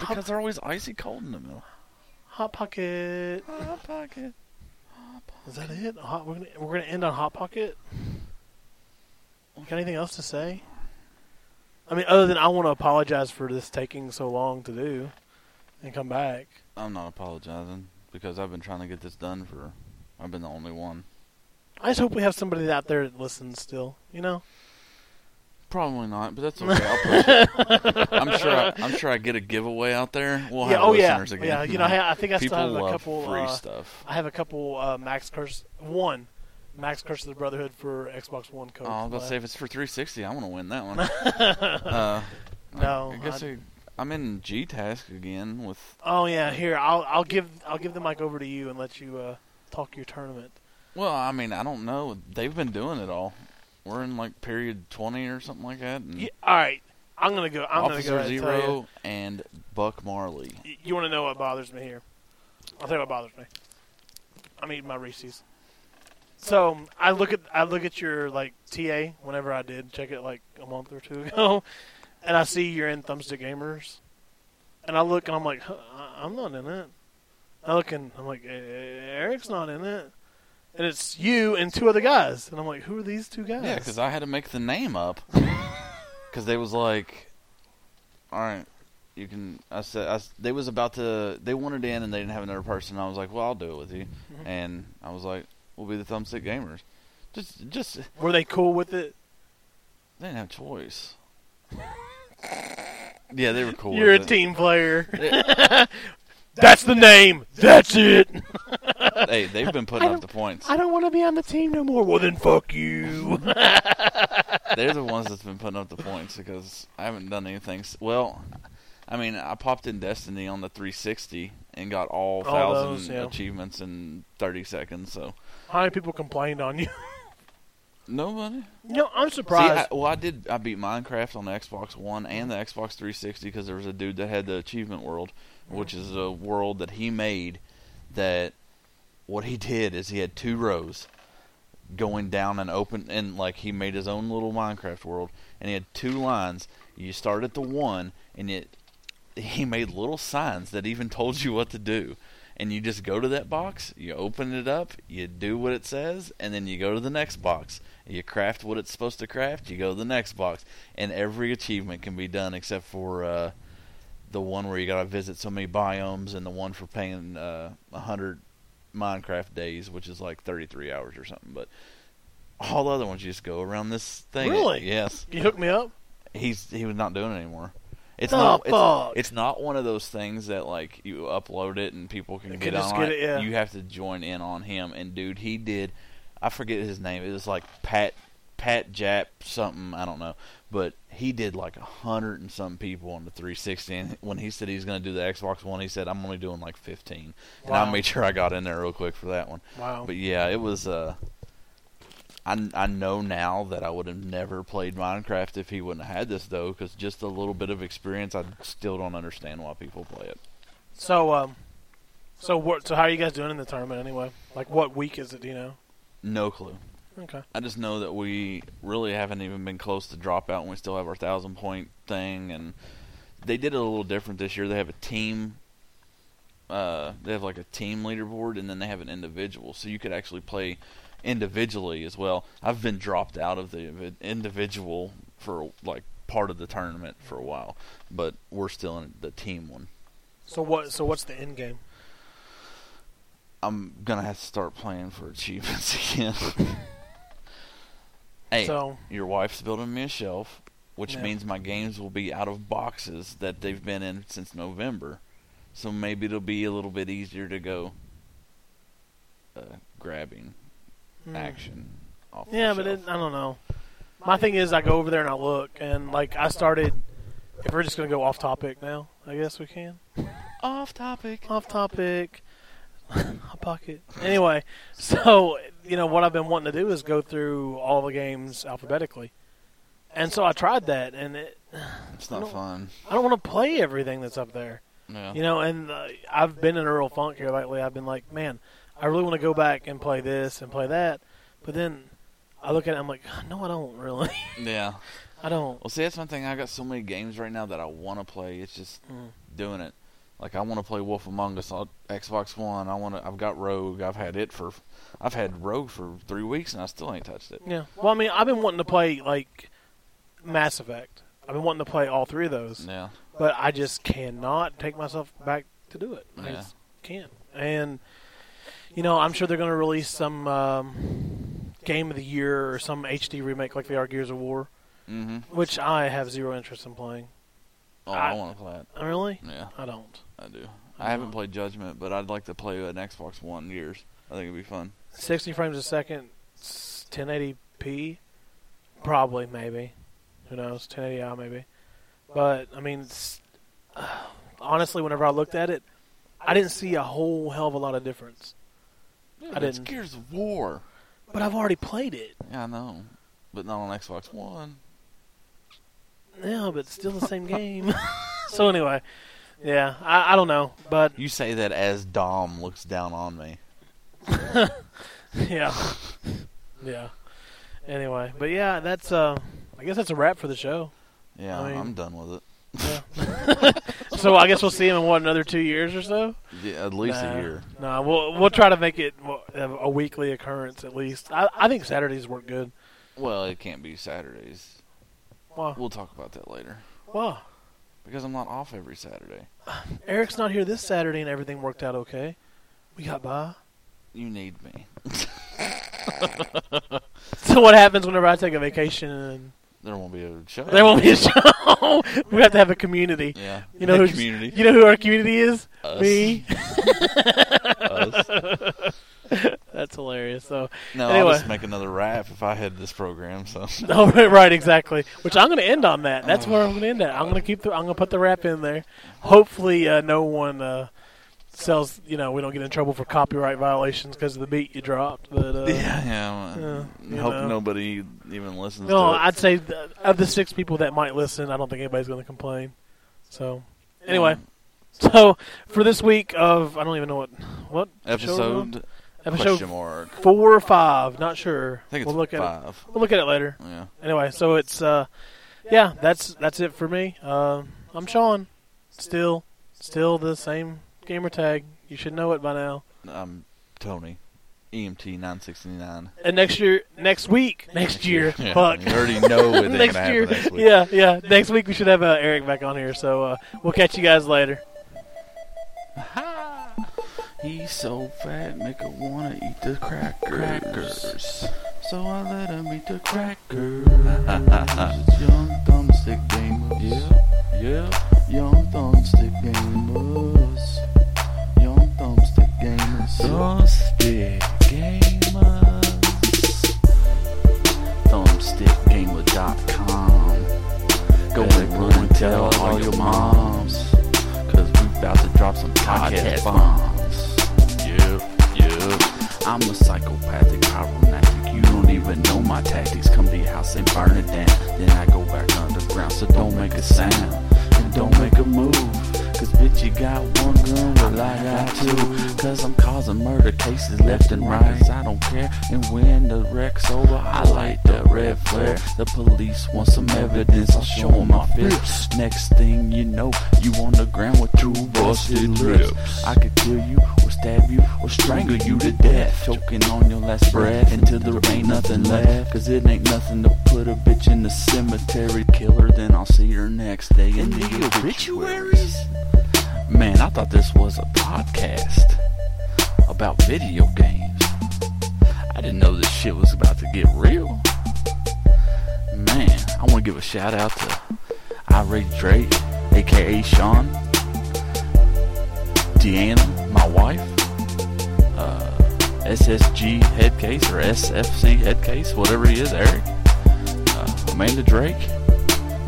S3: because they're always icy cold in the middle.
S2: Hot Pocket.
S3: Hot pocket.
S2: Is that it? Hot, we're gonna we're gonna end on Hot Pocket. Got anything else to say? I mean, other than I want to apologize for this taking so long to do, and come back.
S3: I'm not apologizing because I've been trying to get this done for. I've been the only one.
S2: I just hope we have somebody out there that listens still. You know,
S3: Probably not, but that's okay. I'll push it. I'm sure. I, I'm sure I get a giveaway out there. We'll
S2: yeah,
S3: have
S2: oh yeah,
S3: listeners again.
S2: yeah. You know, I, ha- I think I
S3: people
S2: still have a
S3: love
S2: couple.
S3: free
S2: uh,
S3: stuff.
S2: I have a couple uh, Max Curse one, Max Curse of the Brotherhood for Xbox One code.
S3: Oh, I was about to say if it's for 360, I want to win that one. uh, I-
S2: No,
S3: I, guess
S2: I-
S3: I, am in G Task again with.
S2: Oh yeah, here I'll I'll give I'll give the mic over to you and let you uh, talk your tournament.
S3: Well, I mean, I don't know. They've been doing it all. We're in like period 20 or something like that. And
S2: Yeah, all right, I'm gonna go. I'm gonna
S3: Officer
S2: go. ahead and tell
S3: Zero and Buck Marley.
S2: you, you, want to know what bothers me here? I'll tell you what bothers me. I'm eating my Reese's. So I look at I look at your like TA whenever I did check it like a month or two ago, and I see you're in Thumbstick Gamers, and I look and I'm like, huh, I- I'm not in it. I look and I'm like, "E- Eric's not in it, and it's you and two other guys, and I'm like, who are these two guys?
S3: Yeah, because I had to make the name up. Because they was like, all right, you can. I said I s they was about to. They wanted in and they didn't have another person. I was like, well, I'll do it with you. And I was like, we'll be the thumbstick gamers. Just, just they
S2: were they cool with it?
S3: didn't have a choice. yeah, they were cool.
S2: You're a
S3: with it.
S2: team player. That's the name. That's it.
S3: Hey, they've been putting up the points.
S2: I don't want to be on the team no more. Well, then fuck you.
S3: They're the ones that's been putting up the points because I haven't done anything. s- Well, I mean, I popped in Destiny on the 360 and got all,
S2: All
S3: thousand
S2: those, yeah.
S3: achievements in 30 seconds. So
S2: How many people complained on you?
S3: nobody.
S2: No, I'm
S3: See, I,
S2: surprised.
S3: well, I did. I beat Minecraft on the Xbox One and the Xbox 360 because there was a dude that had the Achievement World, which is a world that he made. That what he did is he had two rows going down and open, and like he made his own little Minecraft world, and he had two lines. You start at the one, and it he made little signs that even told you what to do. And you just go to that box, you open it up, you do what it says, and then you go to the next box. You craft what it's supposed to craft, you go to the next box. And every achievement can be done except for uh, the one where you gotta visit so many biomes and the one for paying uh, 100 Minecraft days, which is like 33 hours or something. But all the other ones, you just go around this thing.
S2: Really?
S3: Yes
S2: you hooked me up.
S3: he's he was not doing it anymore. It's
S2: The
S3: not
S2: fuck?
S3: It's, it's not one of those things that like you upload it and people can
S2: They
S3: get
S2: can just
S3: on
S2: get it, yeah.
S3: You have to join in on him and dude he did I forget his name. It was like Pat Pat Jap something, I don't know. But he did like a hundred and some people on the 360. And when he said he was going to do the Xbox One, he said I'm only doing like 15, and
S2: Wow.
S3: I made sure I got in there real quick for that one.
S2: Wow.
S3: But yeah, it was. Uh, I, I know now that I would have never played Minecraft if he wouldn't have had this though, because just a little bit of experience, I still don't understand why people play it.
S2: So, um, so what? So how are you guys doing in the tournament anyway? Like, what week is it? Do you know?
S3: No clue.
S2: Okay.
S3: I just know that we really haven't even been close to dropout, and we still have our thousand point thing. And they did it a little different this year. They have a team. Uh, they have like a team leaderboard, and then they have an individual, so you could actually play individually as well. I've been dropped out of the invi- individual for like part of the tournament for a while, but we're still in the team one.
S2: So what? So what's the end game?
S3: I'm gonna have to start playing for achievements again. hey,
S2: So-
S3: your wife's building me a shelf, which
S2: Yeah.
S3: means my games will be out of boxes that they've been in since November. So maybe it'll be a little bit easier to go uh, grabbing action. Off the
S2: Hmm. Yeah, but
S3: shelf.
S2: it, I don't know. My thing is, I go over there and I look, and like I started. If we're just gonna go off topic now, I guess we can.
S3: off topic.
S2: off topic. Hot pocket. Anyway, so you know what I've been wanting to do is go through all the games alphabetically, and so I tried that, and it,
S3: It's not
S2: don't-
S3: fun.
S2: I don't want to play everything that's up there,
S3: Yeah.
S2: you know. And uh, I've been in a real funk here lately. I've been like, man, I really want to go back and play this and play that, but then I look at it, I'm like, no, I don't really.
S3: yeah.
S2: I don't. Hmm.
S3: Well, see, that's one thing. I got so many games right now that I want to play. It's just doing it. Like I want to play Wolf Among Us on Xbox One. I want to. I've got Rogue. I've had it for. I've had Rogue for three weeks and I still ain't touched it.
S2: Yeah. Well, I mean, I've been wanting to play like Mass Effect. I've been wanting to play all three of those,
S3: Yeah.
S2: but I just cannot take myself back to do it. I
S3: Yeah.
S2: just can't. And you know, I'm sure they're going to release some um, game of the year or some HD remake like they are Gears of War,
S3: Mm-hmm.
S2: which I have zero interest in playing.
S3: Oh, I,
S2: I-
S3: want to play it.
S2: Really?
S3: Yeah,
S2: I don't.
S3: I do. I haven't played Judgment, but I'd like to play an Xbox One years. I think it'd be fun.
S2: 60 frames a second, s- 1080p, probably, maybe. Who knows? 1080i, maybe. But, I mean, it's, uh, honestly, whenever I looked at it, I didn't see a whole hell of a lot of difference. I
S3: It's
S2: didn't.
S3: Gears of War.
S2: But I've already played it.
S3: Yeah, I know, but not on Xbox One.
S2: Yeah, but it's still the same game. so, anyway, yeah, I, I don't know. But,
S3: You say that as Dom looks down on me.
S2: yeah. yeah. Anyway, but yeah, that's, uh, I guess that's a wrap for the show.
S3: Yeah,
S2: I mean-
S3: I'm done with it.
S2: So, I guess we'll see him in, what, another two years or so?
S3: Yeah, at least
S2: Nah.
S3: a year.
S2: Nah, we'll we'll try to make it well, a weekly occurrence at least. I, I think Saturdays work good.
S3: Well, it can't be Saturdays.
S2: Wow,
S3: We'll talk about that later
S2: wow.
S3: because I'm not off every Saturday.
S2: Eric's not here this Saturday, and everything worked out okay. We got by.
S3: You need me.
S2: So what happens whenever I take a vacation and
S3: There won't be a show.
S2: there won't be a show? we have to have a community.
S3: Yeah,
S2: You know who's,
S3: community.
S2: You know who our community is?
S3: Us.
S2: Me.
S3: Us.
S2: That's hilarious. So
S3: No,
S2: Anyway.
S3: I'll just make another rap if I had this program. So
S2: Oh, right, right, exactly. Which I'm going to end on that. That's where I'm going to end at. I'm going to keep. The, I'm going to put the rap in there. Hopefully, uh, no one uh, sells. You know, we don't get in trouble for copyright violations because of the beat you dropped. But uh,
S3: yeah, yeah. well,
S2: you
S3: hope
S2: know.
S3: nobody even listens.
S2: no,
S3: to it.
S2: I'd say th- of the six people that might listen, I don't think anybody's going to complain. So, anyway, so for this week of I don't even know what what show we're on.
S3: episode question
S2: episode
S3: mark.
S2: four or five, not sure.
S3: I think it's
S2: we'll look at
S3: five.
S2: it. We'll look at it later.
S3: Yeah,
S2: anyway, so it's uh, yeah, that's that's it for me. Um I'm Sean. Still, still the same gamer tag. You should know it by now.
S3: I'm Tony, EMT nine sixty nine.
S2: And next year, next week, next year,
S3: Yeah,
S2: fuck.
S3: you already know it ain't
S2: next
S3: gonna happen
S2: year,
S3: next week.
S2: yeah, yeah. Next week we should have uh, Eric back on here. So uh, we'll catch you guys later.
S3: He's so fat, make her wanna eat the crackers. So I let him eat the crackers. it's young thumbstick gamers. Yeah, yeah. Young thumbstick gamers. Young thumbstick gamers. Thumbstick gamers. Thumbstickgamer.com. Go and run and tell all your moms. Cause we about to drop some podcast bombs. Yep, yep. I'm a psychopathic chiropractic. You don't even know my tactics. Come to your house and burn it down. Then I go back underground. So don't make a sound. And don't make a move. Cause bitch, you got one gun, well I got two. Cause I'm causing murder cases left and right. 'Cause I don't care. And when the wreck's over, I light the red flare. The police want some evidence. I'll show 'em my fist. Next thing you know, you on the ground with two busted lips. I could kill you or stab you or strangle you to death. Choking on your last breath until there ain't nothing left. Cause it ain't nothing to put a bitch in the cemetery. Kill her, then I'll see her next day in the obituaries. Man, I thought this was a podcast about video games. I didn't know this shit was about to get real. Man, I want to give a shout out to Irate Drake, aka Sean, Deanna, my wife, uh, SSG headcase or SFC headcase, whatever he is, Eric, uh, Amanda Drake,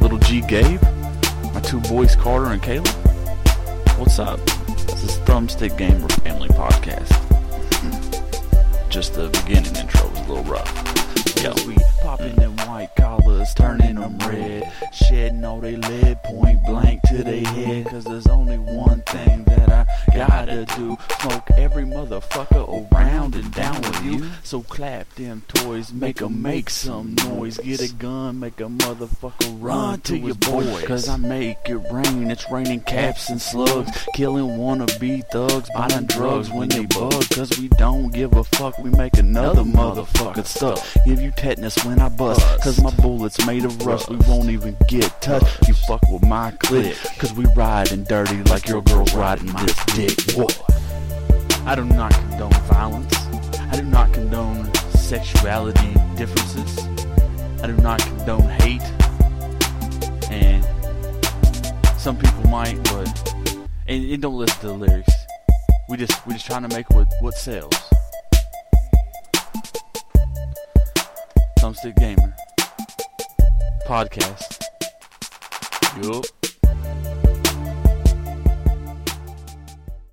S3: Little G Gabe, my two boys Carter and Caleb. What's up? This is Thumbstick Gamer Family Podcast. Just the beginning intro was a little rough. Cause we popping them white collars, turning them red. Shedding all they lead point blank to their head. Cause there's only one thing that I gotta do. Smoke every motherfucker around and down with you. So clap them toys, make 'em make some noise. Get a gun, make a motherfucker run to your boys. Cause I make it rain, it's raining caps and slugs. Killing wannabe thugs, buying drugs when they bug. Cause we don't give a fuck, we make another motherfucker stuck. Give you tetanus when I bust. Cause my bullets made of rust, we won't even get touched. You fuck with my clip. Cause we riding dirty like your girl's riding my dick. What? I do not condone violence. I do not condone sexuality differences. I do not condone hate. And some people might, but and, and don't listen to the lyrics. We just we just trying to make what what sells. Thumbstick Gamer podcast. Yup.